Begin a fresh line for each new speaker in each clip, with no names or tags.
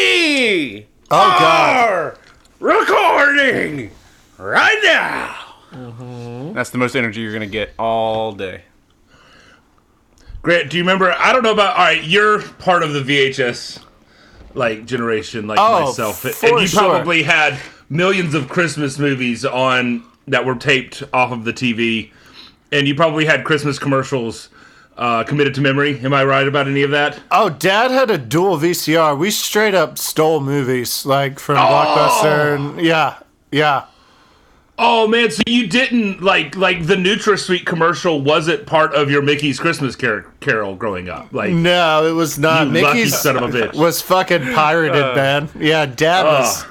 We
Oh, God.
are recording right now. Mm-hmm. That's the most energy you're gonna get all day.
Grant, do you remember? I don't know about. All right, you're part of the VHS like generation, like
Oh,
myself,
for
and you
sure.
probably had millions of Christmas movies on that were taped off of the TV, and you probably had Christmas commercials uh, committed to memory. Am I right about any of that?
Oh, Dad had a dual VCR. We straight up stole movies, like from Blockbuster. And, yeah, yeah.
Oh man, so you didn't like like the NutraSweet commercial wasn't part of your Mickey's Christmas car- Carol growing up, like.
No, it was not.
You lucky
Mickey's
son of Uh. a bitch.
was fucking pirated, man. Yeah, Dad was.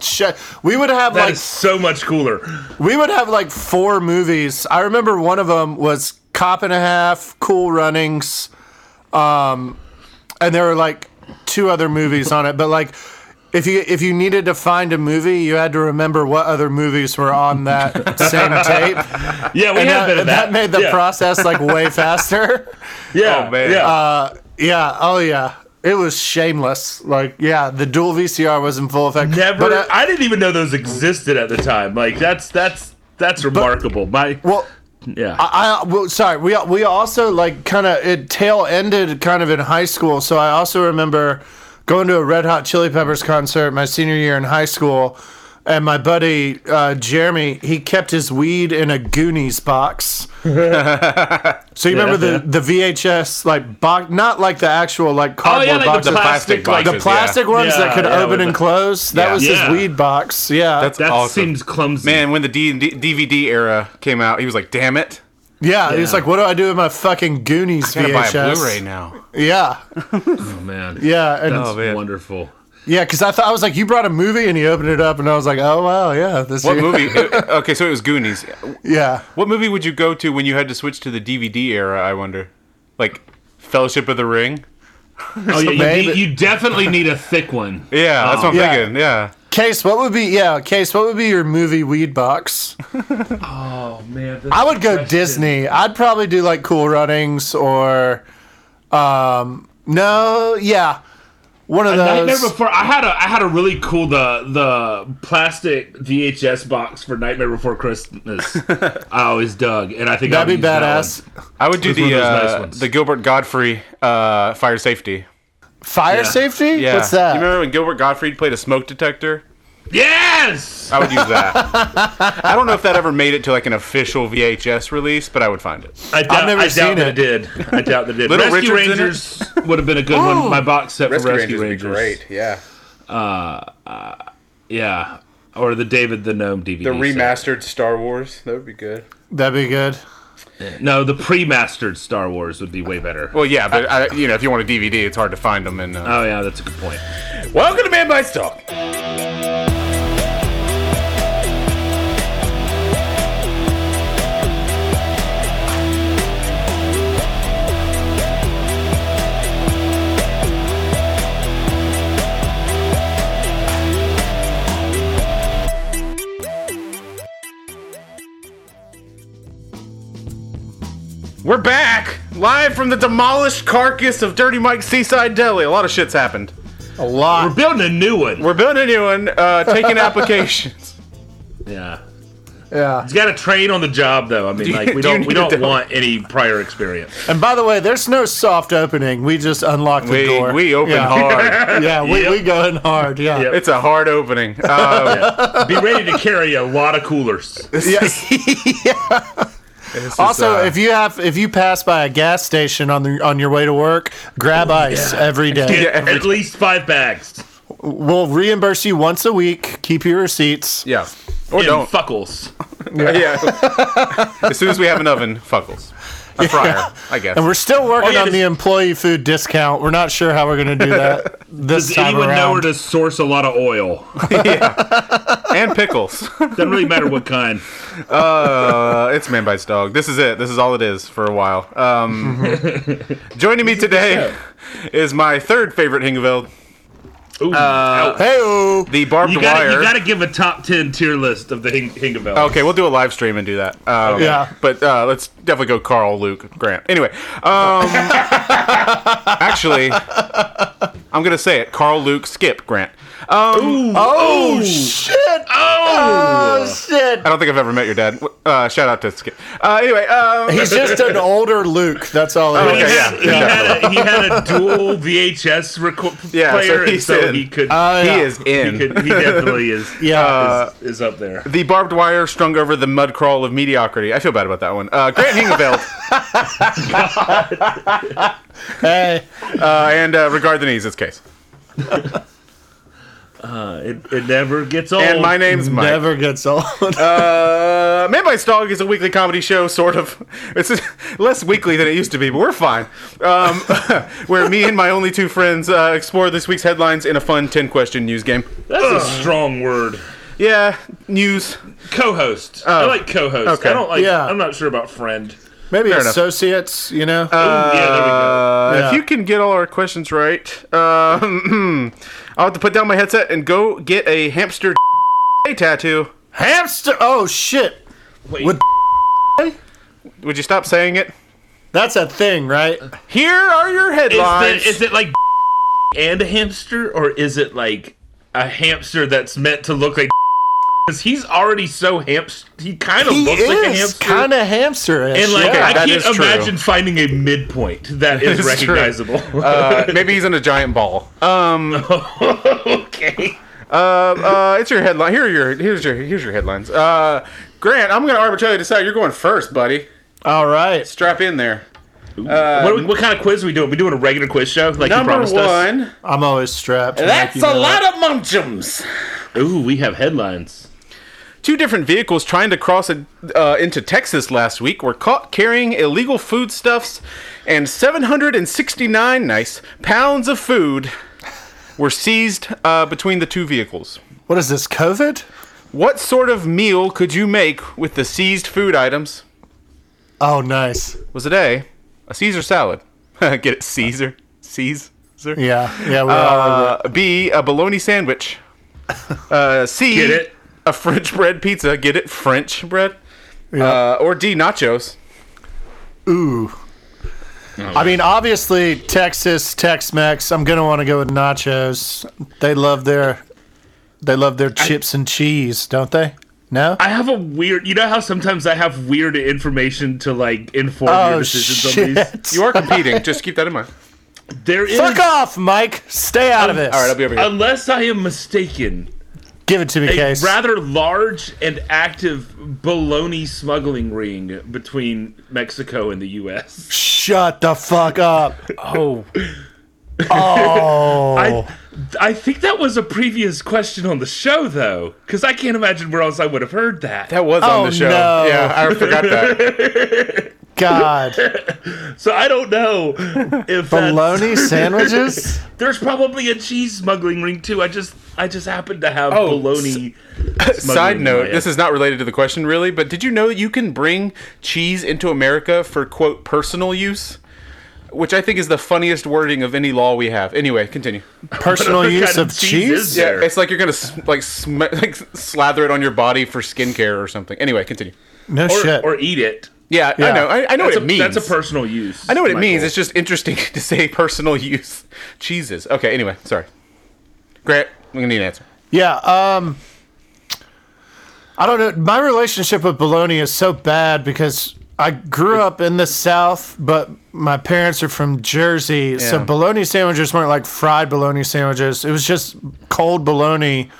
Shit. We would have
that
like
is so much cooler.
we would have like four movies. I remember one of them was Cop and a Half, Cool Runnings, um, and there were like two other movies on it. But like, if you if you needed to find a movie, you had to remember what other movies were on that same tape.
Yeah, we
And
had a bit
that,
of that.
that made the
yeah.
process like way faster.
Yeah,
Oh, man.
yeah.
Yeah. Oh yeah. It was shameless. Like yeah, the dual VCR was in full effect.
Never.
But, uh,
I didn't even know those existed at the time. Like that's that's that's remarkable. My
well.
yeah.
I, I well, sorry. We we also like kind of it tail ended kind of in high school. So I also remember going to a Red Hot Chili Peppers concert my senior year in high school, and my buddy uh, Jeremy he kept his weed in a Goonies box. so you remember
yeah.
the the VHS like box, not like the actual like
oh yeah,
cardboard
like
box,
the
The
plastic,
plastic
like
the
boxes.
plastic ones
Yeah,
that could
yeah,
open
with
and
the-
close. That
Yeah.
was
Yeah.
his weed box. Yeah,
That's
that
awesome.
seems clumsy.
Man, when the D- D- DVD era came out, he was like, "Damn it,
yeah. He was
Yeah.
like, "What do I do with my fucking Goonies
I gotta
VHS?"
buy a Blu-ray now."
Yeah,
oh man,
Yeah, and
that's
Oh, man.
wonderful.
yeah, because I thought I was like, you brought a movie and you opened it up, and I was like, oh wow, yeah, this
What movie? Uh, okay, so it was Goonies.
Yeah,
What movie would you go to when you had to switch to the DVD era? I wonder. Like Fellowship of the Ring.
Oh yeah, you,
Maybe-
need, you definitely need a thick one.
Yeah, that's what I'm
Yeah.
thinking. Yeah.
Case, what would be yeah, Case, what would be your movie weed box?
Oh man,
I would go Disney. I'd probably do like Cool Runnings or, um, no, yeah, one of
Nightmare
those.
Before I had a I had a really cool the the plastic VHS box for Nightmare Before Christmas. I always dug, and I think I
That'd
would
be
use that
badass.
one.
I would do
It was one
the
of those nice
uh,
ones.
the Gilbert Godfrey uh, fire safety.
Fire safety?
Yeah.
What's that?
You remember when Gilbert Gottfried played a smoke detector?
Yes.
I would use that. I don't know if that ever made it to like an official VHS release, but I would find it.
I doubt,
I've never
I doubt
seen it.
that it. did. I doubt that it did.
Little
Rescue
Richard's
Rangers would have been a good one. My box set for Rescue Rangers.
yeah.
Yeah. Or the David the Gnome DVD. set.
Star Wars, that would be good.
That'd be good.
No, the pre-mastered Star Wars would be way better.
Well, yeah, but I, you know, if you want a DVD, it's hard to find them. And uh,
oh yeah, that's a good point.
welcome to Man Bites Talk. We're back live from the demolished carcass of Dirty Mike's Seaside Deli. A lot of shit's happened.
A lot.
We're building a new one.
We're building a new one, uh, taking applications.
yeah.
yeah.
It's got a train on the job though. I mean,
you-
like we
do you
don't we
need a
don't
dog?
want any prior experience.
And by the way, there's no soft opening. We just unlock the
We,
door.
we open
yeah.
hard.
Yeah, we,
Yep.
we go in hard. Yeah.
Yep.
It's a hard opening. Uh,
Be ready to carry a lot of coolers.
this is,
Also,
uh,
if you have if you pass by a gas station on the on your way to work, grab ice every day.
Get at least five bags.
We'll reimburse you once a week. Keep your receipts.
yeah, or
and
don't.
fuckles.
yeah. as soon as we have an oven, fuckles. A fryer, I guess.
And we're still working
Oh, yeah,
on the
does-
employee food discount. We're not sure how we're going to do that this
Does
time
anyone know where
around.
to source a lot of oil?
and pickles.
Doesn't really matter what kind.
Uh, it's Man Bites Dog. This is it. This is all it is for a while. Um, joining me today is my third favorite Hingeveld,
Ooh,
Uh,
ouch.
Hey,
the barbed
You gotta,
wire.
you gotta give a top 10 tier list of the Hing- Hingeveld.
Okay, we'll do a live stream and do that. Um,
Yeah.
But uh, let's definitely go Carl, Luke, Grant. Anyway, um, actually, I'm gonna say it. Carl Luke Skip Grant. Um,
Oh, shit!
Oh!
Oh shit!
I don't think I've ever met your dad. Uh, shout out to Skip. Uh, anyway, um,
He's just an older Luke. That's all. It
Okay,
is.
he,
yeah,
had, he, had a, he had a dual VHS record
Yeah, so
player, and
he's
so
in.
he could.
Uh,
he
yeah.
is in.
he, could, he definitely is.
Yeah. Uh,
is, is up there.
The barbed wire strung over the mud crawl of mediocrity. I feel bad about that one. Uh, Grant Hingeveld
Hey,
uh, and uh, regard the knees. It's case.
Uh, it, it never gets old.
And my name's Mike.
never gets old.
Uh, Man Bites Dog is a weekly comedy show, sort of. It's less weekly than it used to be, but we're fine. Um, where me and my only two friends uh, explore this week's headlines in a fun 10 question news game.
That's a strong word.
Yeah, news.
Co-host. I like co-host.
Oh, okay.
I don't like.
Yeah.
I'm not sure about friend.
Maybe
enough.
associates. You know.
Ooh, yeah, there we go.
Uh,
Yeah.
If you can get all our questions right, um, I'll have to put down my headset and go get a hamster tattoo.
Hamster. Oh shit!
Wait.
With-
Would you stop saying it?
That's a thing, right?
Here are your
Is,
headlines.
it- is it like and a hamster, or is it like a hamster that's meant to look like? Because he's already so hamster. He kind of
He
looks like a
is
hamster.
kind of hamster.
and like
Okay,
I
that
can't
is true.
imagine finding a midpoint that is,
It's true.
recognizable.
uh, maybe he's in a giant ball.
okay.
uh, it's your headline. Here are your here's your here's your headlines. Uh, Grant, I'm gonna arbitrarily decide you're going first, buddy.
all right.
Strap in there.
what, are we- what kind of quiz are we doing? we doing a regular quiz show like you
Um, Number
promised us?
one.
I'm always strapped.
That's
Like, you
a
know.
lot of munchums.
Ooh, we have headlines.
Two different vehicles trying to cross a, uh, into Texas last week were caught carrying illegal foodstuffs, and 769 nice pounds of food were seized uh, between the two vehicles.
What is this? COVID?
What sort of meal could you make with the seized food items?
Oh, nice.
was it A, a Caesar salad? Get it, Caesar, Caesar.
Yeah, yeah. We're all over it.
Uh, B, a bologna sandwich. Uh, C,
Get it?
a French bread pizza. Get it, French bread.
Yeah.
Uh, or D, nachos.
Ooh.
Oh.
I mean, obviously Texas Tex-Mex. I'm gonna want to go with nachos. They love their, they love their chips and cheese, don't they? No.
I have a weird. You know how sometimes I have weird information to like inform your
oh
decisions
shit!
on these.
You are competing. Just keep that in mind.
There is,
Fuck off, Mike. Stay out of this.
All right, I'll be over here.
unless I am mistaken,
Give it to me,
a
Case.
rather large and active bologna smuggling ring between Mexico and the U.S.
Shut the fuck up.
oh,
Oh.
I, I think that was a previous question on the show, though, because I can't imagine where else I would have heard that.
that was on
Oh,
the show.
no.
Yeah, I forgot that.
God.
So I don't know if that's-
Bologna sandwiches?
There's probably a cheese smuggling ring too. I just I just happen to have
Oh,
bologna.
Side note: This is not related to the question, really, but did you know you can bring cheese into America for quote personal use? Which I think is the funniest wording of any law we have. Anyway, continue.
Personal
What
use
kind
of,
of cheese
cheese?
is-
Yeah,
there.
it's like you're gonna s- like, sm- like slather it on your body for skincare or something. Anyway, continue.
No
or,
shit.
or eat it.
Yeah, I
Yeah.
know. I, I know
That's
what
a,
it means.
That's a personal use.
I know what it means. It's just interesting to say personal use cheeses. Okay. Anyway, sorry. Grant, I'm gonna need an answer.
yeah, um I don't know. My relationship with bologna is so bad because I grew up in the South, but my parents are from Jersey. So
Yeah.
bologna sandwiches weren't like fried bologna sandwiches. It was just cold bologna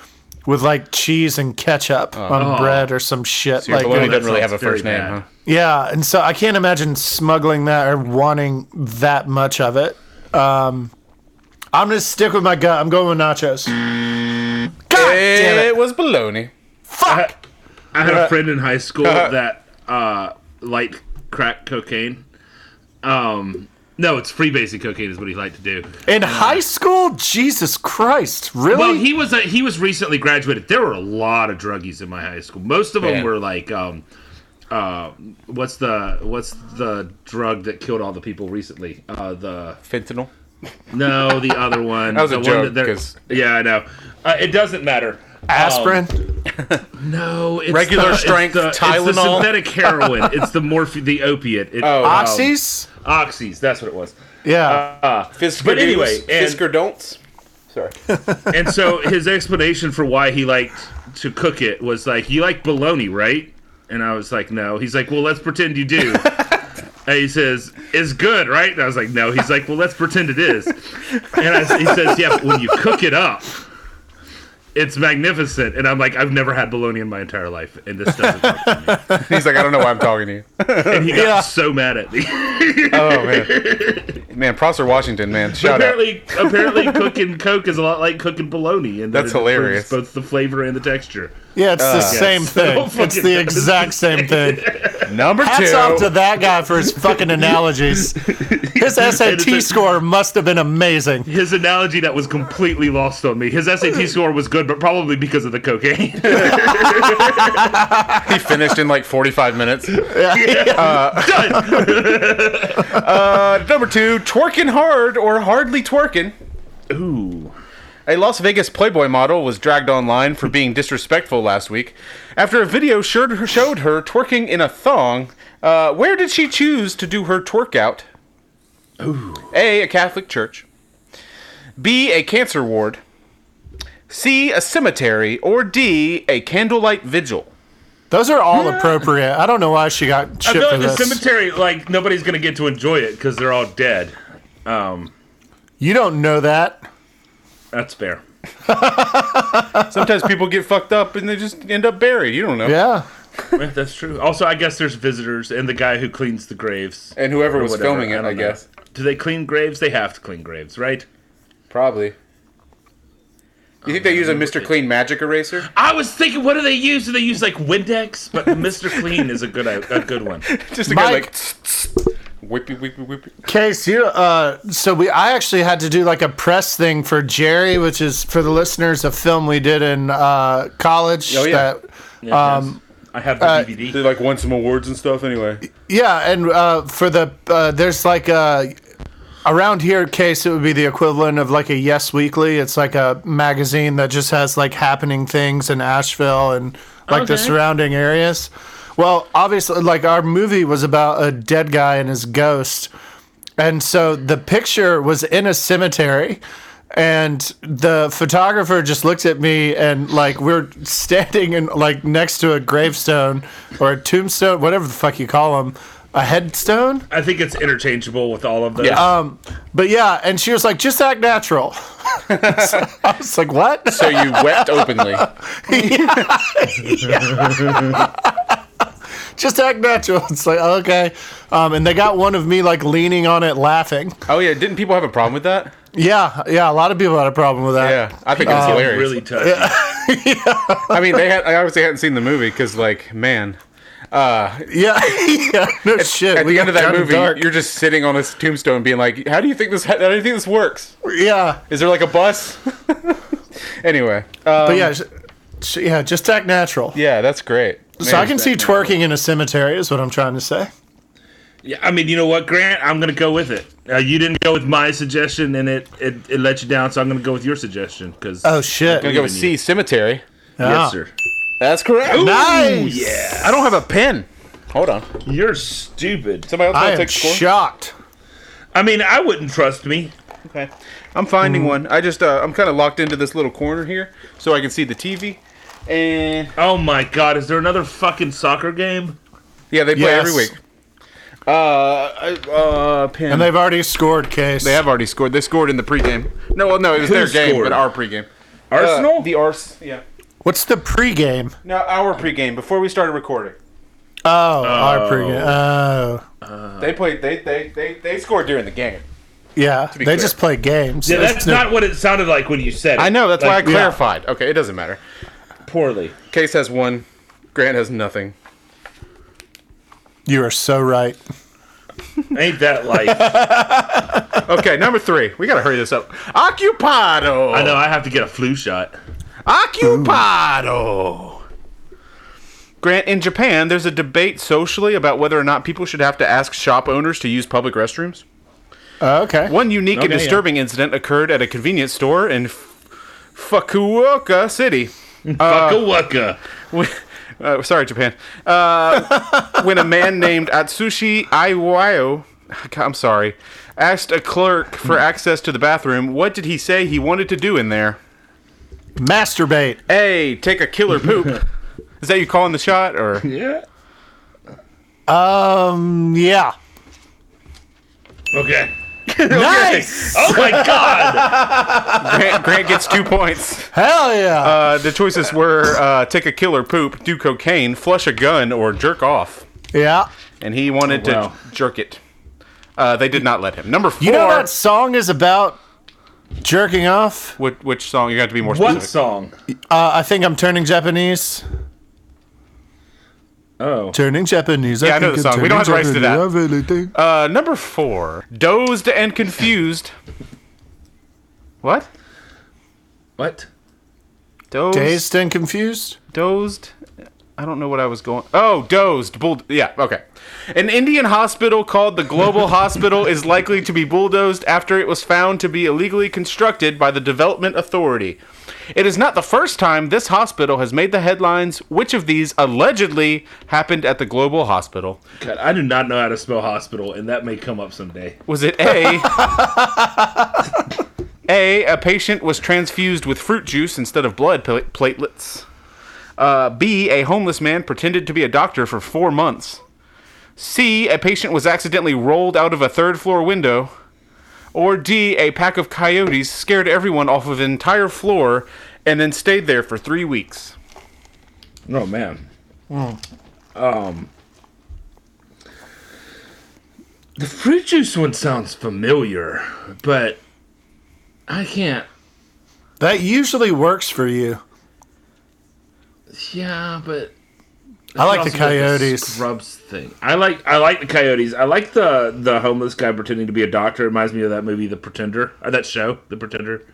with like cheese and ketchup on
Oh.
bread or some shit
Your
like
bologna
that.
doesn't really have
sounds
a first
very
name,
bad.
huh?
Yeah, and so I can't imagine smuggling that or wanting that much of it. Um, I'm gonna stick with my gut. I'm going with nachos. God damn it!
was bologna.
Fuck.
I had
Uh,
a friend in high school that uh, liked crack cocaine. Um, no, it's free basic cocaine is what he liked to do.
In high school, Jesus Christ, really?
Well, he was a, he was recently graduated. There were a lot of druggies in my high school. Most of them
Yeah.
were like, um, uh, what's the what's the drug that killed all the people recently? Uh, the
Fentanyl.
no, the other one.
That was a
the
joke,
One that they're-
'cause-
yeah, I know. Uh, it doesn't matter.
Aspirin.
No, it's
Regular
the, it's
strength
the, it's the
Tylenol.
synthetic heroin. it's the morphine, the opiate. It,
Oh.
um,
Oxys.
oxys. That's what it was.
yeah.
Uh,
Fisker
but anyway, and-
Fisker don'ts. Sorry.
and so his explanation for why he liked to cook it was like, "You like bologna, right?" And I was like, "No." He's like, "Well, let's pretend you do." and he says, "It's good, right?" And I was like, "No." He's like, "Well, let's pretend it is." And I, he says, "Yeah, but when you cook it up." It's magnificent, and I'm like, I've never had bologna in my entire life, and this doesn't. Work.
He's like, I don't know why I'm talking to you.
And he got so mad at me.
Oh man, man, Prosser Washington, man, shout out.
apparently, apparently, cooking Coke is a lot like cooking bologna, and that
That's
it improves
hilarious.
Both the flavor and the texture.
Yeah, it's the same
yes.
thing.
Oh,
it's
fucking
the
God.
exact same thing.
Number
Hats
two.
off to that guy for his fucking analogies. His
it's a-
SAT score must have been amazing.
His analogy that was completely lost on me. His SAT score was good, but probably because of the cocaine.
he finished in like 45 minutes.
Done.
Uh, number two, twerking hard or hardly twerking.
Ooh.
A Las Vegas Playboy model was dragged online for being disrespectful last week after a video showed her, showed her twerking in a thong. Uh, where did she choose to do her twerk out? A. A Catholic church. B. A cancer ward. C. A cemetery. Or D. A candlelight vigil.
Those are all appropriate. I don't know why she got
I
shit
feel
for
like the
this.
cemetery, like nobody's gonna get to enjoy it because they're all dead. Um,
you don't know that.
that's fair.
Sometimes people get fucked up and they just end up buried. You don't know.
Yeah.
Yeah, that's true. Also, I guess there's visitors and the guy who cleans the graves
And whoever
or
was
whatever.
filming it,
don't
I
know.
guess.
Do they clean graves? They have to clean graves, right?
Probably. You think they use a Mr. Clean magic eraser?
I was thinking, what do they use? Do they use like Windex? But the Mister Clean is a good a good one.
Just to
Mike-
go like whippy whippy whippy.
Case, you uh so we I actually had to do like a press thing for Jerry, which is for the listeners a film we did in uh college
Oh, yeah.
that
Yeah,
Um,
yes. I have the
uh,
DVD.
They like won some awards and stuff anyway.
Yeah, and uh, for the uh, there's like a around here case it would be the equivalent of like a Yes Weekly. It's like a magazine that just has like happening things in Asheville and like the
Okay.
surrounding areas. Well, obviously, like our movie was about a dead guy and his ghost, and so the picture was in a cemetery. And the photographer just looked at me and like we're standing in like next to a gravestone or a tombstone, whatever the fuck you call them, a headstone.
I think it's interchangeable with all of those.
Yeah.
Um, but yeah, and she was like, just act natural. I was like, what?
So you wept openly.
Just act natural. It's like okay. Um, and they got one of me like leaning on it, laughing.
Oh yeah, didn't people have a problem with that?
Yeah, yeah. A lot of people had a problem with that.
Yeah, Um, I think it was hilarious.
really touchy.
I mean, they had. I obviously hadn't seen the movie because, like, man,
Yeah, yeah, no shit.
at
we
the
got
end of that
kinda
movie,
dark.
you're just sitting on this tombstone, being like, "How do you think this? How do you think this works?
yeah,
Is there like a bus?" anyway, um,
but yeah, sh- sh- yeah, just act natural.
yeah, that's great.
so I can see twerking in a cemetery is what I'm trying to say.
Yeah, I mean, you know what, Grant? I'm gonna go with it. Uh, you didn't go with my suggestion, and it, it it let you down. So I'm gonna go with your suggestion because
Oh shit!
Gonna go with C cemetery.
Yeah.
yes, sir.
That's correct.
Nice.
Yeah,
I don't have a pen. Hold on.
you're stupid.
Somebody else
I
want to
am
take score?
shocked.
I mean, I wouldn't trust me.
Okay. I'm finding one. I just uh, I'm kind of locked into this little corner here, so I can see the TV. And
Oh my God, is there another fucking soccer game?
yeah, they play
Yes.
every week. Uh, I- uh, pin.
And they've already scored. Case
they have already scored. They scored in the pregame. No, well, no, it was
Who
their game,
scored?
but our pregame. Uh,
Arsenal.
the Ars. Yeah.
What's the pregame?
No, our pregame before we started recording.
Oh, our pregame. Oh,
They played. They they they they scored during the game.
yeah. They
clear.
just play games.
yeah,
There's
that's
no-
not what it sounded like when you said it.
I know. That's why I
Like,
clarified. Okay, it doesn't matter.
poorly.
Case has one. Grant has nothing.
You are so right.
Ain't that like?
Okay, number three. We gotta hurry this up. Occupado.
I know. I have to get a flu shot.
Occupado. Grant, in Japan, there's a debate socially about whether or not people should have to ask shop owners to use public restrooms.
Oh, okay.
One unique and
Okay, yeah.
disturbing incident occurred at a convenience store in F- Fukuoka City. Uh,
Waka waka.
When- uh, sorry, Japan. Uh, when a man named Atsushi Iwao I'm sorry, asked a clerk for access to the bathroom. What did he say he wanted to do in there?
Masturbate.
Hey, take a killer poop. Is that you calling the shot or?
Yeah.
Um, yeah.
Okay.
Nice.
Oh my god!
Grant, Grant gets two points.
Hell yeah.
Uh, the choices were uh, take a killer poop, do cocaine, flush a gun, or jerk off.
yeah.
And he wanted
Oh, wow.
to jerk it. Uh, they did not let him. Number four.
You know that song is about jerking off?
which, which song? You got to be more
What
specific.
song?
Uh, I think I'm turning Japanese.
Oh.
Turning Japanese.
Yeah, I know
think
the
I'm
song. We don't have the rights to
turning
that.
Japanese. I really think-
Uh, number four. Dozed and confused. What?
What?
Dozed.
Dazed and confused?
Dozed. I don't know what I was going. Oh, dozed. Bull. Yeah. Okay. An Indian hospital called the Global Hospital is likely to be bulldozed after it was found to be illegally constructed by the Development Authority. It is not the first time this hospital has made the headlines. Which of these allegedly happened at the Global Hospital?
God, I do not know how to spell hospital, and that may come up someday.
Was it A? A. A patient was transfused with fruit juice instead of blood pla- platelets. Uh, B. A homeless man pretended to be a doctor for four months. C. A patient was accidentally rolled out of a third floor window. Or D. A pack of coyotes scared everyone off of an entire floor and then stayed there for three weeks.
Oh man. Um. The fruit juice one sounds familiar, but I can't.
That usually works for you.
Yeah, but
I like the
Also got
coyotes.
scrubs thing. I like I like the coyotes. I like the the homeless guy pretending to be a doctor. It reminds me of that movie, The Pretender, or that show, The Pretender,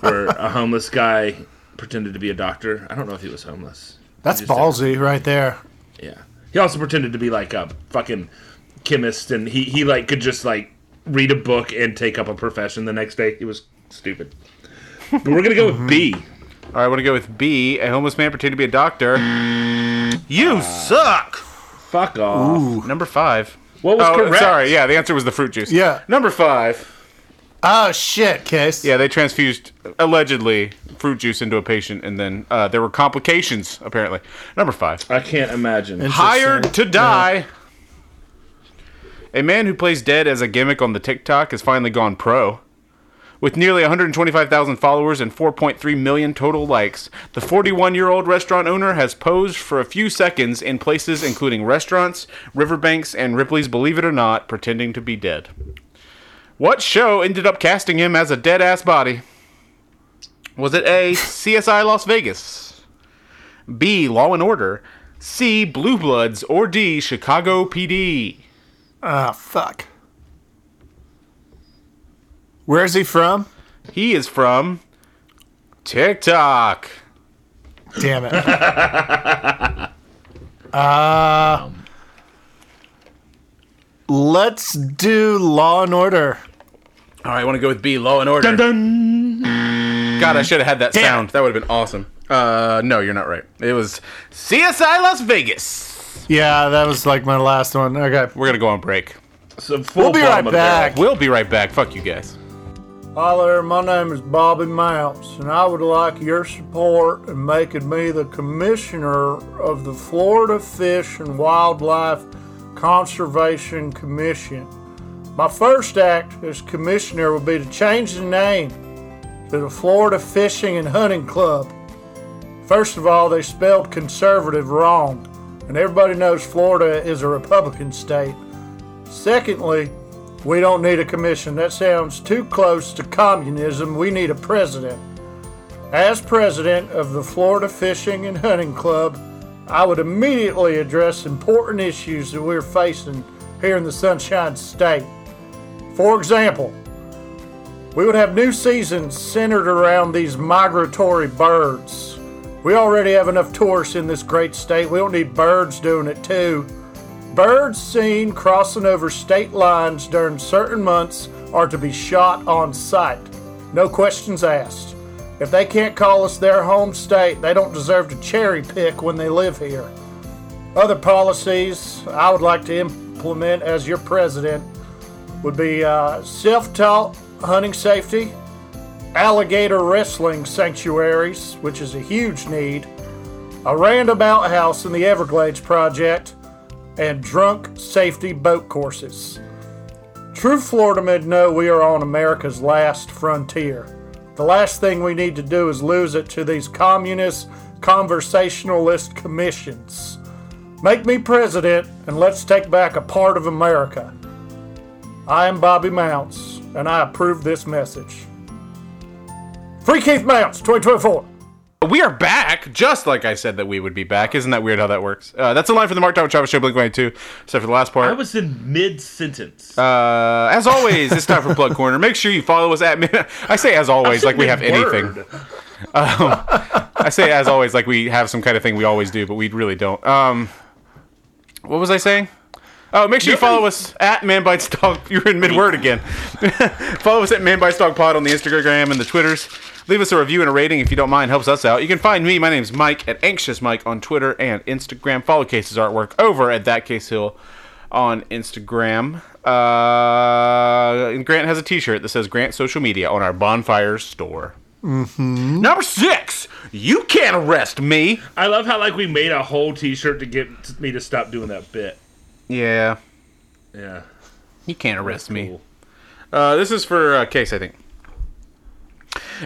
where a homeless guy pretended to be a doctor. I don't know if he was homeless.
That's ballsy right there.
Yeah. He also pretended to be like a fucking chemist, and he he like could just like read a book and take up a profession the next day. He was stupid. But we're gonna go
Mm-hmm.
with B.
All right, I want to go with B. A homeless man pretended to be a doctor. You suck!
Fuck off.
Number five.
What was
oh,
correct?
Sorry, yeah, the answer was the fruit juice.
Yeah.
Number five.
Oh shit, Case.
Yeah, they transfused allegedly fruit juice into a patient, and then uh, there were complications apparently. Number five.
I can't imagine.
Hired to die. A man who plays dead as a gimmick on the TikTok has finally gone pro. With nearly 125,000 followers and 4.3 million total likes, the 41 year old restaurant owner has posed for a few seconds in places including restaurants, riverbanks, and Ripley's Believe It or Not, pretending to be dead. What show ended up casting him as a dead ass body? Was it A, CSI Las Vegas? B, Law and Order? C, Blue Bloods? Or D, Chicago PD?
Ah, fuck. Where's he from?
He is from TikTok.
Damn it. uh,
Um.
let's do Law and Order.
All right, I want to go with B, Law and Order. God, I should have had that
Damn.
sound. That would have been awesome. Uh, no, you're not right. It was CSI Las Vegas.
Yeah, that was like my last one. Okay.
We're going to go on break.
So full
We'll be
bottom
right
of the barrel.
back.
We'll be right back. Fuck you guys.
Hi there, my name is Bobby Mounts, and I would like your support in making me the commissioner of the Florida Fish and Wildlife Conservation Commission. My first act as commissioner will be to change the name to the Florida Fishing and Hunting Club. First of all, they spelled conservative wrong, and everybody knows Florida is a Republican state. Secondly, we don't need a commission. That sounds too close to communism. We need a president. As president of the Florida Fishing and Hunting Club, I would immediately address important issues that we're facing here in the Sunshine State. For example, we would have new seasons centered around these migratory birds. We already have enough tourists in this great state. We don't need birds doing it too. Birds seen crossing over state lines during certain months are to be shot on sight. No questions asked. If they can't call us their home state, they don't deserve to cherry pick when they live here. Other policies I would like to implement as your president
would be uh, self taught hunting safety, alligator wrestling sanctuaries, which is a huge need, a roundabout house in the Everglades project, and drunk safety boat courses. True Florida men know we are on America's last frontier. The last thing we need to do is lose it to these communist conversationalist commissions. Make me president and let's take back a part of America. I am Bobby Mounts and I approve this message. Free Keith Mounts 2024.
We are back, just like I said that we would be back. Isn't that weird how that works? Uh, that's a line from the Mark Tower Travis Show, Blink 22, except for the last part.
I was in mid sentence.
Uh, as always, it's time for Plug Corner. Make sure you follow us at. I say as always, like we have anything. I say as always, like we have some kind of thing we always do, but we really don't. Um, what was I saying? Oh, make sure you follow us at Man Bites Dog. You're in mid word again. follow us at Man Bites Dog Pod on the Instagram and the Twitters. Leave us a review and a rating if you don't mind. Helps us out. You can find me. My name's Mike at Anxious Mike on Twitter and Instagram. Follow Case's artwork over at That Case Hill on Instagram. Uh, and Grant has a T-shirt that says Grant Social Media on our Bonfire store. Number six, you can't arrest me.
I love how like we made a whole T-shirt to get me to stop doing that bit.
Yeah,
Yeah,
you can't arrest me.
cool.
Uh, this is for uh, Case, I think.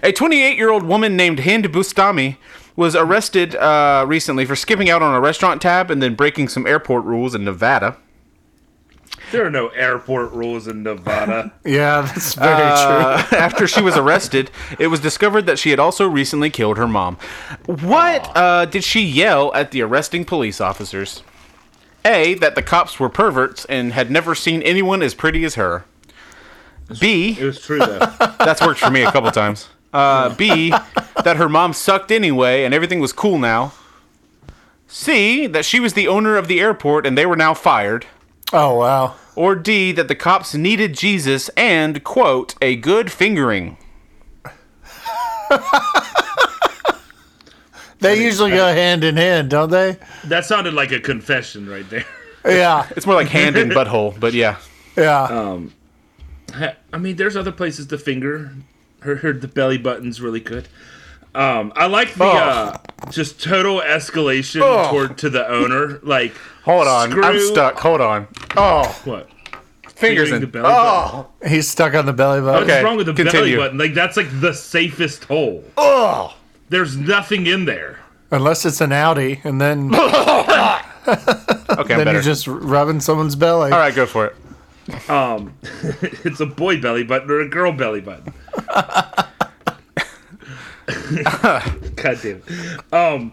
A 28 year old woman named Hind Bustami was arrested uh, recently for skipping out on a restaurant tab and then breaking some airport rules in Nevada.
There are no airport rules in Nevada.
Yeah, that's very
Uh, after she was arrested, it was discovered that she had also recently killed her mom. What uh, did she yell at the arresting police officers? A. That the cops were perverts and had never seen anyone as pretty as her. B.
It was true though.
That's worked for me a couple times. Uh, B, that her mom sucked anyway and everything was cool now. C, that she was the owner of the airport and they were now fired.
true. Oh wow.
Or D, that the cops needed Jesus and, quote, a good fingering.
They usually go hand in hand, don't they?
That sounded like a confession right there.
Yeah,
It's more like hand and butthole, but yeah.
yeah.
I mean, there's other places to finger. Her, her the belly button's really good. Um, I like the uh, just total escalation
Oh.
toward to the owner. Like,
Hold on, I'm
Screw-
stuck. Hold on. Oh,
what?
fingers
Fingering
in.
the belly
oh,
He's stuck on the belly button.
Okay,
What's wrong with the
continue.
belly button? Like, that's like the safest hole.
oh.
There's nothing in there.
Unless it's an Audi, and then then
Okay, I'm better.
you're just rubbing someone's belly.
All right, go for it.
Um, it's a boy belly button or a girl belly button. God damn. it. Um,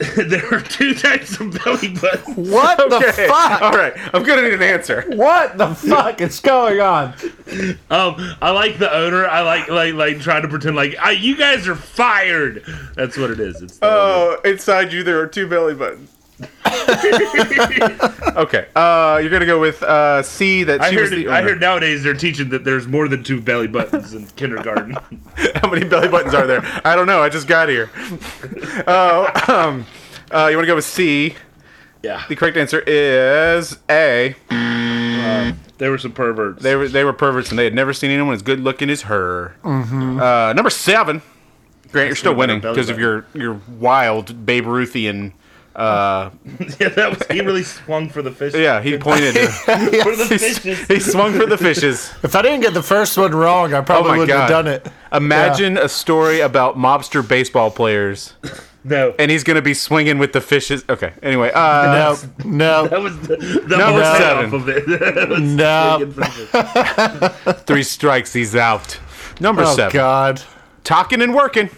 there are two types of belly buttons.
What the
Okay,
fuck?
All right, I'm going to need an answer.
What the fuck is going on?
Um, I like the owner. I like like like trying to pretend like I, you guys are fired. That's what it is. It's the
Oh, inside you there are two belly buttons.
owner.
Okay. Uh, you're gonna go with uh, C that
I
she was
heard.
the
I
owner.
heard nowadays they're teaching that there's more than two belly buttons in kindergarten.
How many belly buttons are there? I don't know. I just got here. Oh, um, uh, you want to go with C?
yeah,
The correct answer is A.
they were some perverts.
They were they were perverts and they had never seen anyone as good looking as her. Uh, number seven. Grant, you're still
the winner,
winning
belly
because of
button.
your your wild Babe Ruthian. Uh,
yeah, that was. He really swung for the fish.
yeah, he pointed.
for the
he,
fishes.
he swung for the fishes.
If I didn't get the first one wrong, I probably
Oh my
wouldn't have
God.
done it.
Imagine a story about mobster baseball players.
No,
and he's gonna be swinging with the fishes. Okay. Anyway, uh,
No,
That
no,
was the, the
Number
number
seven.
seven. Of it. That was
no.
freaking-
three strikes, he's out. Number
Oh
seven,
God,
talking and working.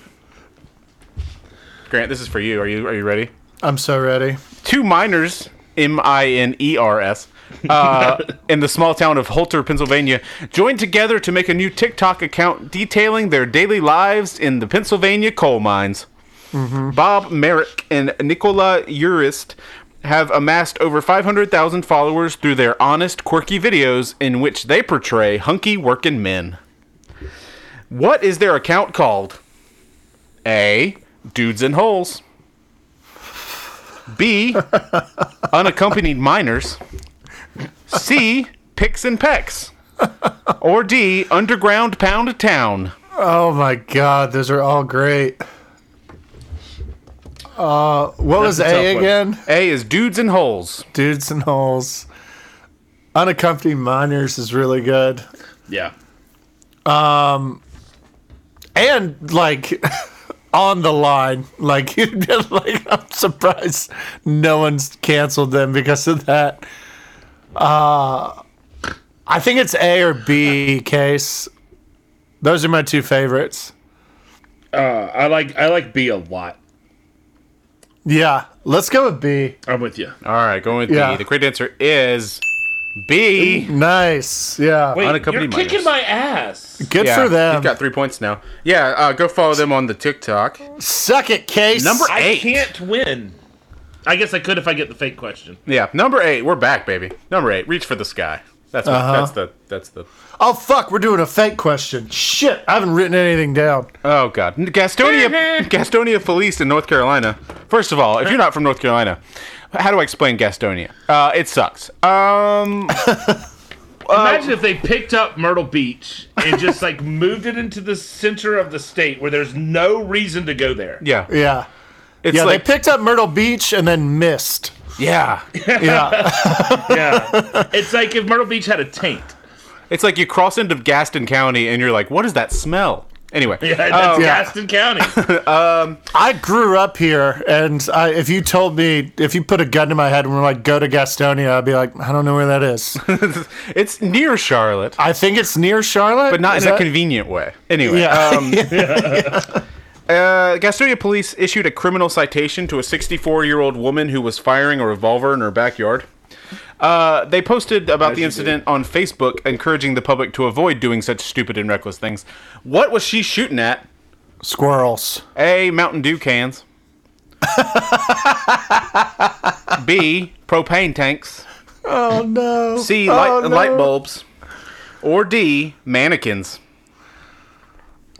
Grant, this is for you. Are you are you ready?
I'm so ready.
Two miners, M I N E R S, uh, in the small town of Holter, Pennsylvania, joined together to make a new TikTok account detailing their daily lives in the Pennsylvania coal mines. Bob Merrick and Nicola Urist have amassed over 500,000 followers through their honest, quirky videos in which they portray hunky working men. What is their account called? A. Dudes in Holes. B. Unaccompanied Minors. C. Picks and Pecks. Or D, Underground Pound of Town.
Oh my god, those are all great. Uh, what was
a tough
A
one.
again?
A is Dudes and Holes.
Dudes and holes. Unaccompanied minors is really good.
Yeah.
and like on the line. Like, like I'm surprised no one's canceled them because of that. Uh, I think it's A or B case. Those are my two favorites.
I like I like B a lot.
Yeah, let's go with B.
I'm with you.
All right, going with
Yeah.
B. The correct answer is B.
Nice. Yeah.
Wait,
Unaccompanied
you're kicking
minors.
my ass.
Good
Yeah,
for them.
You've got three points now. Yeah, uh, go follow them on the TikTok.
Suck it, case.
Number
I
eight.
can't win. I guess I could if I get the fake question.
Yeah, number eight. We're back, baby. Number eight. Reach for the sky. That's what,
Uh-huh.
that's the that's the.
Oh fuck, we're doing a fake question. Shit, I haven't written anything down.
Oh God, Gastonia, Gastonia Police in North Carolina. First of all, if you're not from North Carolina, how do I explain Gastonia? Uh, it sucks. Um, Uh,
Imagine if they picked up Myrtle Beach and just like moved it into the center of the state where there's no reason to go there.
yeah,
Yeah.
it's
Yeah,
like
they picked up Myrtle Beach and then missed.
yeah,
Yeah.
Yeah. it's like if Myrtle Beach had a taint.
it's like you cross into Gaston County and you're like, what is that smell? Anyway,
Yeah,
Oh,
that's
yeah.
Gaston County.
I grew up here, and I, if you told me, if you put a gun to my head and were like, go to Gastonia, I'd be like, I don't know where that is.
uh, it's near Charlotte,
I think it's near Charlotte.
but not
Uh, Is
in a
that-
convenient way. Anyway,
Yeah.
um, Uh, Gastonia police issued a criminal citation to a 64 year old woman who was firing a revolver in her backyard. Uh, they posted about the incident on Facebook, encouraging the public to avoid doing such stupid and reckless things. What was she shooting at?
Squirrels.
A. Mountain Dew cans. B. Propane tanks.
Oh, no.
C. Light, light bulbs. Or D. Mannequins.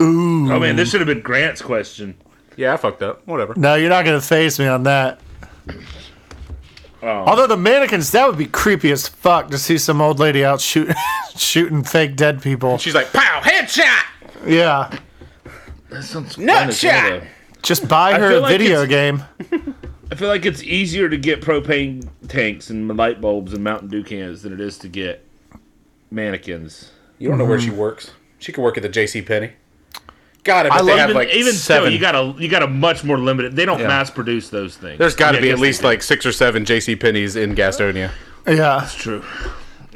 oh man, this should have been Grant's question.
Yeah, I fucked up. Whatever.
No, you're not going to face me on that. Although the mannequins, that would be creepy as fuck to see some old lady out shoot, shooting fake dead people.
She's like, pow, headshot!
Yeah.
That sounds fun
Nut
as hell,
shot!
though.
Just buy her
feel
a
like
video
it's-
game.
I feel like it's easier to get propane tanks and light bulbs and Mountain Dew cans than it is to get mannequins.
You don't know where she
Mm-hmm.
works. She could work at the J.C. Penney. God, I
I
bet they
love-
have
even
like
even
seven.
still, you got a you got a much more limited. They don't
Yeah.
mass produce those things.
There's got to
Yeah, I
be at
guess
least
they do.
like six or seven J.C. Penney's in Gastonia.
Yeah.
It's true.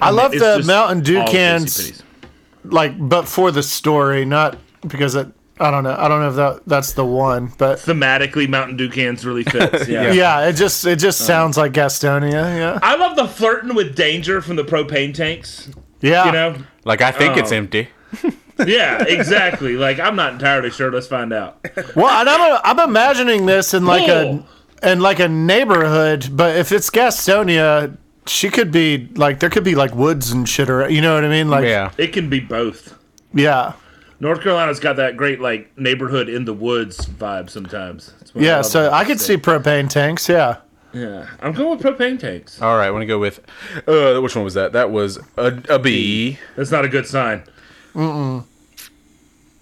I love
It's
the
just
Mountain Dew
all
cans.
JCPenney's.
like but for the story not because it i don't know i don't know if that that's the one but
Thematically, Mountain Dew cans really fits. Yeah. Um,
yeah it just it just sounds like gastonia yeah
I love the flirting with danger from the propane tanks.
yeah
You know.
Like I think it's
Oh.
empty.
Yeah, exactly. like I'm not entirely sure. Let's find out.
well and I'm, i I'm imagining this in like
Cool.
a in like a neighborhood but if it's gastonia she could be like there could be like woods and shit around you know what i mean like
Yeah,
It can be both.
yeah
North Carolina's got that great like neighborhood in the woods vibe sometimes. That's what
yeah
love
so
about
i
the
could see
state.
propane tanks yeah
Yeah, I'm going with propane tanks.
All right, I want to go with. Uh, which one was that? That was a, a B.
That's not a good sign.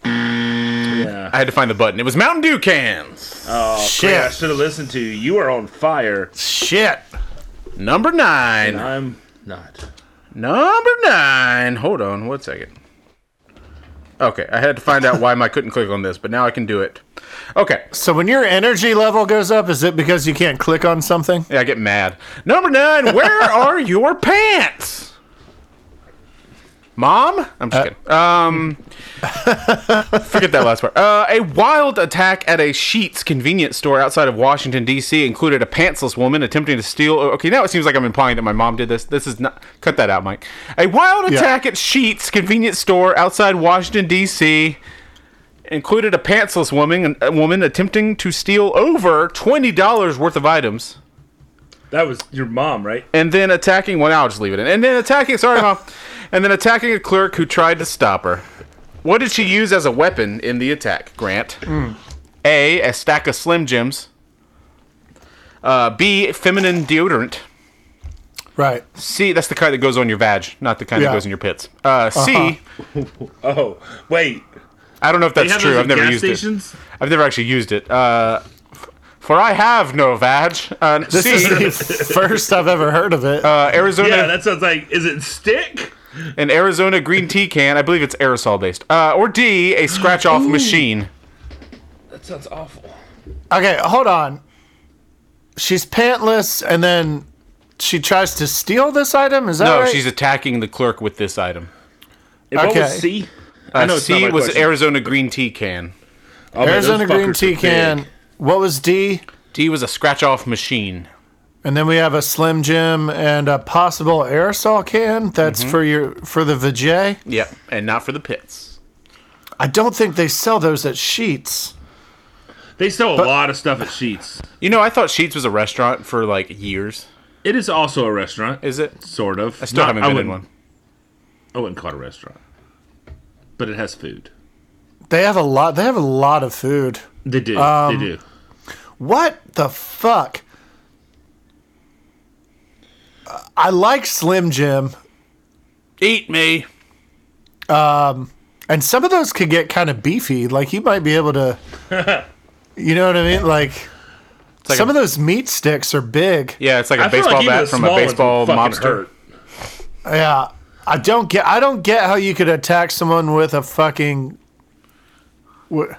Mm-mm.
I
Yeah.
had to find the button. It was Mountain Dew cans.
Great, I
shit
should have listened to you. You are on fire.
shit
Number
And
nine.
I'm not.
Number nine. Hold on one second. Okay, I had to find out why I couldn't click on this, but now I can do it. Okay,
so when your energy level goes up is it because you can't click on something
yeah, I get mad. Number nine. Where are your pants? Mom? I'm just kidding. Um, forget that last part. Uh, a wild attack at a Sheets convenience store outside of Washington, D.C. included a pantsless woman attempting to steal. oh, Okay, now it seems like I'm implying that my mom did this. This is not. Cut that out, Mike. A wild
Yeah.
attack at Sheets convenience store outside Washington, D.C. included a pantsless woman, a woman attempting to steal over $20 worth of items
That was your mom, right?
and then attacking. Well, now I'll just leave it in. And then attacking. Sorry, mom. And then attacking a clerk who tried to stop her. What did she use as a weapon in the attack, Grant?
Hmm.
A. A stack of Slim Jims. Uh, B. Feminine deodorant.
Right.
C, that's the kind that goes on your vag, not the kind
Yeah. Uh-huh.
that goes in your pits. Uh, C,
Oh, wait.
I don't know if
They
that's
have
true.
those
I've
at
never
gas
used
stations?
it. I've never actually used it. Uh, f- for I have no vag. Uh,
This
C,
is the first I've ever heard of it.
uh, Arizona
Yeah, that sounds like. Is it stick?
an Arizona green tea can. I believe it's aerosol based. Uh, or D, a scratch off machine.
That sounds awful.
okay, hold on. She's pantless, and then she tries to steal this item. Is that
No,
right?
Oh, she's attacking the clerk with this item.
If What
Okay.
was C?
Uh,
know it's not
C
my
was
question.
Arizona green tea can.
Oh, man, those
Arizona green
fuckers are
tea
big.
can. What was D?
D was a scratch off machine.
And then we have a Slim Jim and a possible aerosol can. That's
Mm-hmm.
for your for the vajay.
Yep, and not for the pits.
I don't think they sell those at Sheets.
They sell a lot of stuff at Sheets.
You know, I thought Sheets was a restaurant for like years.
It is also a restaurant.
Is it?
Sort of.
I still haven't been in one.
I wouldn't call it a restaurant. But it has food.
They have a lot. They have a lot of food.
They do.
Um,
they do.
What the fuck? Uh, I like Slim Jim,
Eat me.
and some of those could get kind of beefy. Like you might be able to, you know what I mean? Like,
like
some
a-
of those meat sticks are big.
Yeah, it's like a
I feel
baseball
like even
bat
the
from
small
a
ones
baseball
would fucking
mobster.
hurt.
Yeah, I don't get. I don't get how you could attack someone with a fucking. wh-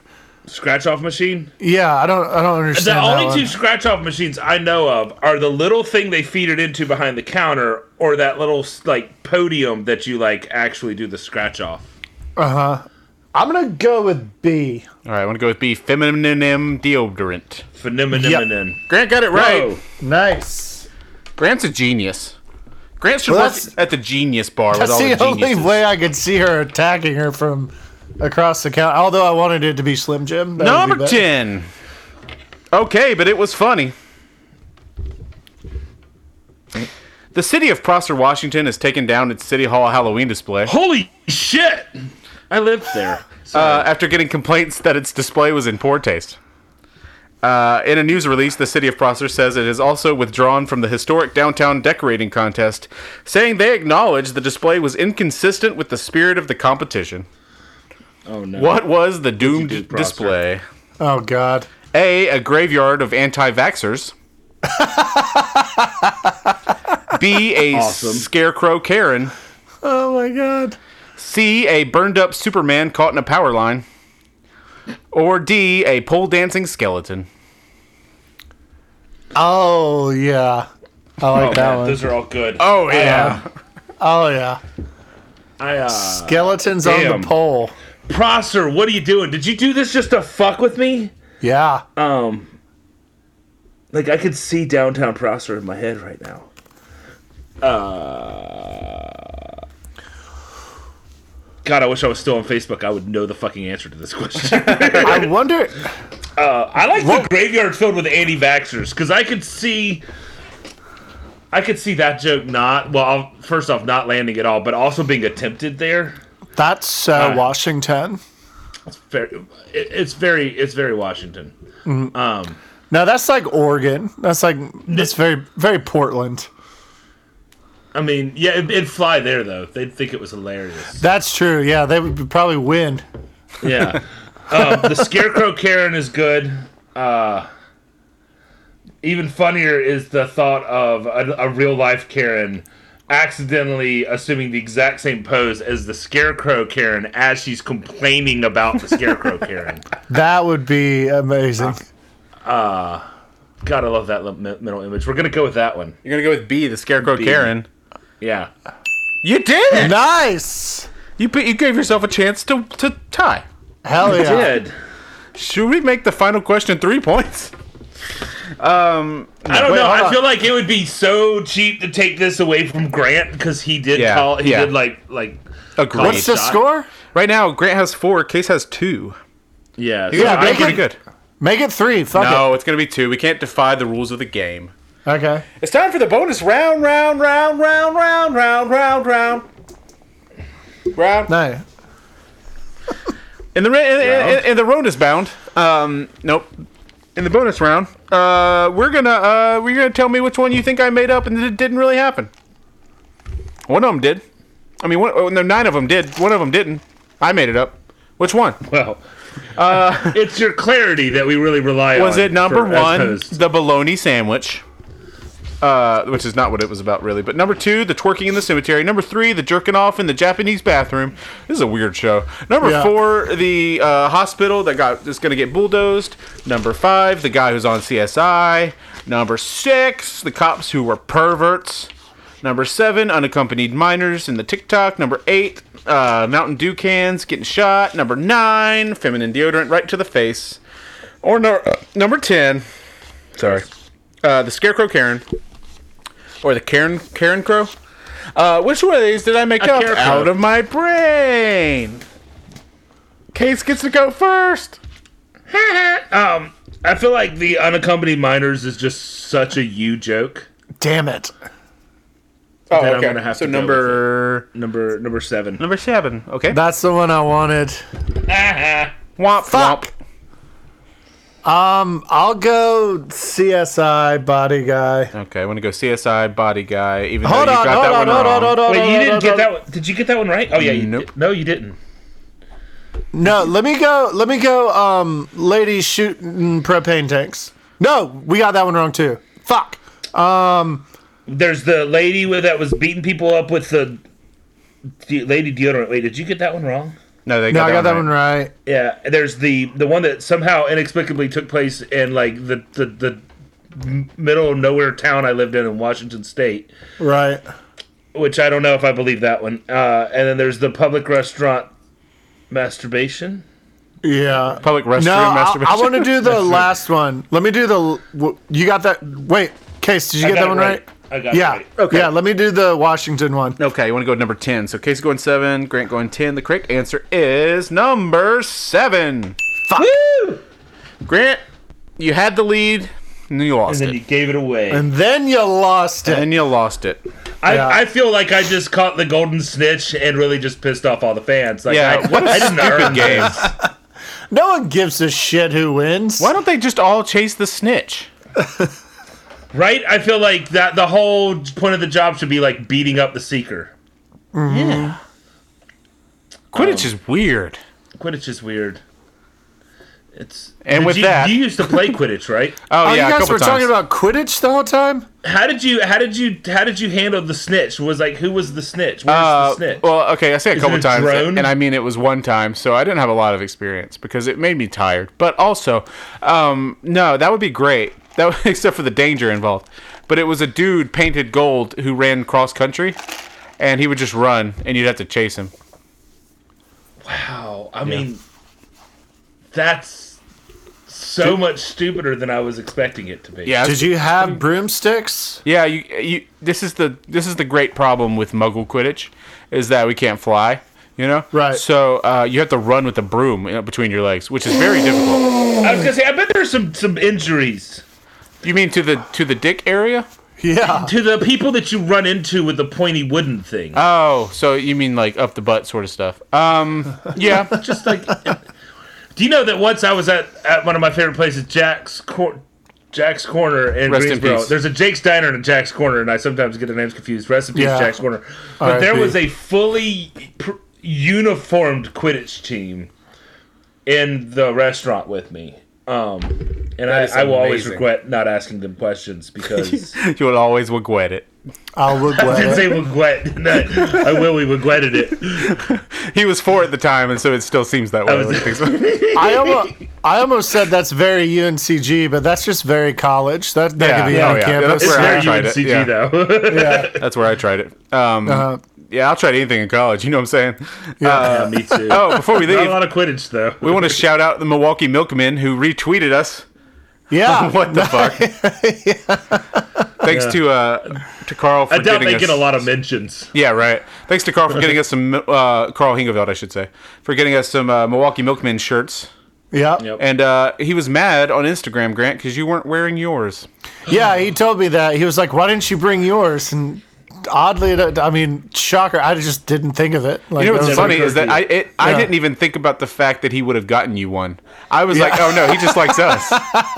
Scratch off machine.
Yeah, I don't. I don't
The
understand. that
only
one.
two scratch off machines I know of are the little thing they feed it into behind the counter, or that little like podium that you like actually do the scratch off.
I'm gonna go with B.
All right, I want to go with B, feminine deodorant.
Phenomenon.
Grant got it right.
Right.
Nice.
Grant's a genius. Grant should
Well,
work
that's-
at the genius bar with
That's
all the
the only
geniuses.
way I could see her attacking her from across the counter. Although I wanted it to be Slim Jim. That would be
Number
better.
ten. Okay, but it was funny. The city of Prosser, Washington, has taken down its City Hall Halloween display
Holy shit! I lived there.
uh, after getting complaints that its display was in poor taste. Uh, in a news release, the city of Prosser says it is also withdrawn from the historic downtown decorating contest, saying they acknowledge the display was inconsistent with the spirit of the competition.
oh no.
What was the doomed
do, Prosser?
display?
Oh God.
A, a graveyard of anti vaxxers. B, a
Awesome.
scarecrow Karen.
Oh my God.
C, a burned up Superman caught in a power line. Or D, a pole dancing skeleton.
Oh yeah. I like
Oh,
that
man,
one.
those are all good.
Oh, yeah.
oh yeah.
I, uh,
Skeletons on
damn.
the pole.
Prosser, what are you doing? Did you do this just to fuck with me?
Yeah.
Um, like I could see downtown Prosser in my head right now. Uh, God, I wish I was still on Facebook. I would know the fucking answer to this question.
I wonder.
I like the graveyard filled with anti-vaxxers because I could see, I could see that joke not well. First off, not landing at all, but also being attempted there.
That's uh, Washington.
It's very, it- it's very, it's very Washington.
No, that's like Oregon. That's like that's very very Portland.
I mean, yeah, it, it'd fly there though. They'd think it was hilarious.
That's true. Yeah, they would probably win.
Yeah. um, the Scarecrow Karen is good. Uh, even funnier is the thought of a, a real life Karen accidentally assuming the exact same pose as the Scarecrow Karen as she's complaining about the Scarecrow Karen.
That would be amazing.
Ah. Gotta love that li- mi- middle image. We're gonna go with that one.
You're going to go with B, the scarecrow Karen.
Yeah.
You did it!
Nice.
You, put- you gave yourself a chance to, to tie.
Hell yeah.
Did.
Should we make the final question three points?
I don't
Wait,
know.
hold
I
on.
feel like it would be so cheap to take this away from Grant because he did
Yeah,
call. He
yeah.
did like like.
Agreed.
What's the
shot.
score?
right now, Grant has four, Case has two.
Yeah.
Yeah,
so I
make
Pretty
it,
good.
make it three. Fuck
No, it's going to be two. We can't defy the rules of the game.
it. Okay.
It's time for the bonus round, round, round, round, round, round, round, round. Round.
No.
In the ra- in, in, in, in the bonus bound. Um, nope. In the bonus round, uh, we're gonna uh, we're gonna tell me which one you think I made up and it didn't really happen. One of them did. I mean, one, oh, no, nine of them did. One of them didn't. I made it up. Which one?
Well, uh, it's your clarity that we really rely on.
Was it number
for- as
one,
hosts.
the bologna sandwich? Uh, which is not what it was about, really. But number two, the twerking in the cemetery. Number three, the jerking off in the Japanese bathroom. This is a weird show. Number
Yeah.
four, the uh, hospital that got is going to get bulldozed. Number five, the guy who's on CSI. Number six, the cops who were perverts. Number seven, unaccompanied minors in the TikTok. Number eight, uh, Mountain Dew cans getting shot. Number nine, feminine deodorant right to the face. Or no, uh, number ten. Sorry, uh, the Scarecrow Karen, or the Karen Karen Crow. Uh, which one of these did I make up
Karen Crow.
out of my brain? Case gets to go first.
um, I feel like the unaccompanied minors is just such a you joke.
Damn it.
Oh,
Then I'm gonna have
so
to go
number
Number number seven.
number seven. Okay.
That's the one I wanted.
Womp
Fuck. Um, I'll go CSI body guy.
womp. Okay, I want to go CSI body guy. Even
Hold
though Oh, you
on,
got
hold
that
on,
one
hold on,
wrong.
hold on.
Wait,
hold
you
on,
didn't
hold
get
on.
that. One. Did you get that one right? Oh yeah, you
Nope.
did. No, you didn't.
No, let me go. Let me go. Um, ladies shooting propane tanks. No, we got that one wrong too. Fuck. Um,
There's the lady with, that was beating people up with the de- lady deodorant. Wait, did you get that one wrong?
No, they
No,
got
I got
that
that one right.
Yeah, there's the the one that somehow inexplicably took place in like the the, the m- middle of nowhere town I lived in in Washington State,
Right.
which I don't know if I believe that one. Uh, and then there's the public restaurant masturbation.
Yeah.
Public restroom
No, I,
masturbation.
want to do the last one. Let me do the. w- You got that? Wait, case. Did you
I
get
got
that
it
one
right.
right?
I got it
yeah.
right.
Okay.
Yeah. Let me do the Washington one.
Okay, you want to go to number 10. So Case going 7, Grant going 10. The correct answer is number 7.
Fuck.
Grant, you had the lead, and then you lost
And then
it.
you gave it away.
And uh, then you lost it.
and you lost it.
I,
Yeah.
I feel like I just caught the golden snitch and really just pissed off all the fans. Like,
Yeah,
I,
what a
I didn't earn
game.
this.
No one gives a shit who wins.
Why don't they just all chase the snitch?
Right? I feel like that the whole point of the job should be like beating up the seeker.
Mm-hmm.
Yeah. Quidditch is weird.
Quidditch is weird. It's
And
Did
with
you,
that-
you used to play Quidditch, right?
Oh,
Oh,
yeah,
you
a
guys
couple
were
times.
talking about Quidditch the whole time.
How did you? How did you? How did you handle the snitch? Was like who was the snitch? Where's
Uh,
the snitch?
well, okay, I say a couple
it a
times,
drone?
and I mean it was one time, so I didn't have a lot of experience because it made me tired. But also, um, no, that would be great, that would, except for the danger involved. But it was a dude painted gold who ran cross country, and he would just run, and you'd have to chase him.
wow. I mean, that's so much stupider than I was expecting it to be.
Yeah,
Did you have broomsticks?
um, yeah. You, you, this is the this is the great problem with Muggle Quidditch, is that we can't fly. You know,
Right.
So uh, you have to run with the broom you know, between your legs, which is very difficult.
I was gonna say. I bet there's some some injuries
You mean to the to the dick area?
Yeah.
to the people that you run into with the pointy wooden thing.
Oh, so you mean like up the butt sort of stuff? Um, yeah.
just like do you know that once i was at, at one of my favorite places jack's Cor- jack's corner in
Rest in
greensboro
peace.
there's a jake's diner and a jack's corner and i sometimes get the names confused recipes
Yeah.
jack's corner but there
R.I.P..
was a fully pr- uniformed quidditch team in the restaurant with me um and I,
is
I will always
amazing.
regret not asking them questions because
you would always regret it.
I'll
I didn't
regret
say
it.
regret. No, I will. We regretted it.
He was four at the time, and so it still seems that way.
was-
when he thinks about it.
I almost, I almost said that's very UNCG, but that's just very college. That, that
Yeah.
could be
Oh,
on
yeah.
campus.
That's
It's
where I
very
tried it,
UNCG
yeah.
though.
That's where I tried it. Um,
Uh,
yeah, I'll try anything in college. You know what I'm saying?
Uh-huh. yeah, me too.
Oh, before we
Not a
leave,
lot of Quidditch though.
we want to shout out the Milwaukee Milkmen who retweeted us.
yeah.
What the fuck? Thanks to uh, to Carl for
I doubt
getting
they
us.
get a lot of mentions.
Yeah, right. Thanks to Carl for getting us some uh, Carl Hingeveld, I should say, for getting us some uh, Milwaukee Milkmen shirts.
Yeah.
Yep.
And uh, he was mad on Instagram, Grant, because you weren't wearing yours.
Yeah, he told me that. He was like, "Why didn't you bring yours?" And oddly, enough- I mean, shocker, I just didn't think of it. Like,
You know
that
what's
was
funny
like-
is that I it, I
Yeah.
didn't even think about the fact that he would have gotten you one. I was like, oh no, he just likes us.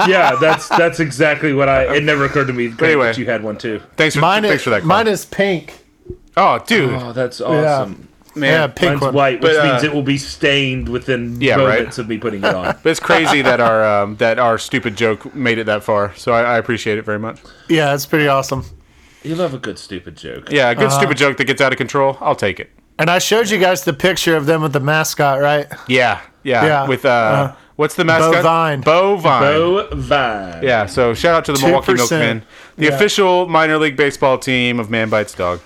yeah, that's that's exactly what I. It never occurred to me
anyway.
that you had one too.
Thanks for
mine
thanks
is
for that. Carl.
mine is pink.
Oh, dude.
Oh, that's awesome.
man.
yeah, pink
Mine's
one.
white, which
But, uh,
means it will be stained within
Yeah, right.
moments of me putting it on.
But it's crazy that our um, that our stupid joke made it that far. So I, I appreciate it very much.
Yeah, it's pretty awesome.
you love a good stupid joke.
Yeah, a good stupid joke that gets out of control. I'll take it.
And I showed you guys the picture of them with the mascot, right?
Yeah, yeah.
Yeah.
With uh, what's the mascot?
Bovine.
Bovine.
Bovine.
yeah. So shout out to the Milwaukee
2%.
Milkmen, the official minor league baseball team of Man Bites Dog.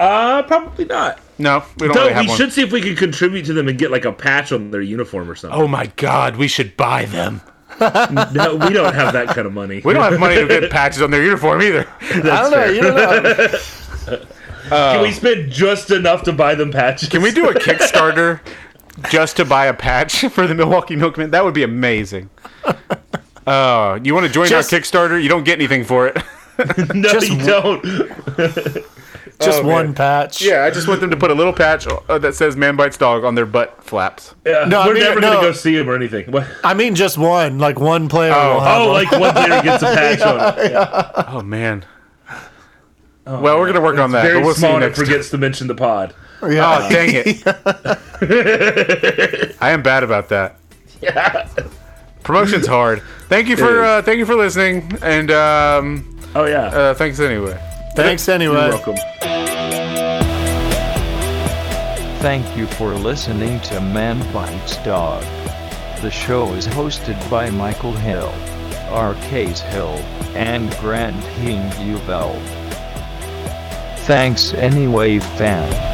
Uh, probably not.
No, we don't
Though
really have
we
one.
should see if we could contribute to them and get like a patch on their uniform or something.
Oh my God, we should buy them.
No, we don't have that kind of money.
We don't have money to get patches on their uniform either.
I don't know. You don't know.
Can we spend just enough to buy them patches?
Can we do a Kickstarter just to buy a patch for the Milwaukee Milkmen? That would be amazing. Uh, you want to join
Just-
our Kickstarter? You don't get anything for it.
No, you don't.
Just
Oh, man.
one patch.
Yeah, I just want them to put a little patch uh, that says "Man Bites Dog" on their butt flaps.
Yeah,
No, I
we're
mean,
never
no.
gonna go see him or anything. What?
I mean, just one. Like one player will have
Oh,
one.
like one player gets a patch on. it.
Oh man. well, we're gonna work on that.
Oh, Very
But we'll see
small
you
and it
next. time.
forgets to mention the pod.
yeah.
Oh dang it! Oh, I am bad about that. Promotion's hard. Thank you for
is.
uh, thank you for listening, and um,
Oh yeah.
uh, thanks anyway.
Thanks
You're
anyway.
welcome.
Thank you for listening to Man Bites Dog. The show is hosted by Michael Hill, R.K.'s Hill, and Grant Hing Uvel. Thanks anyway, fam.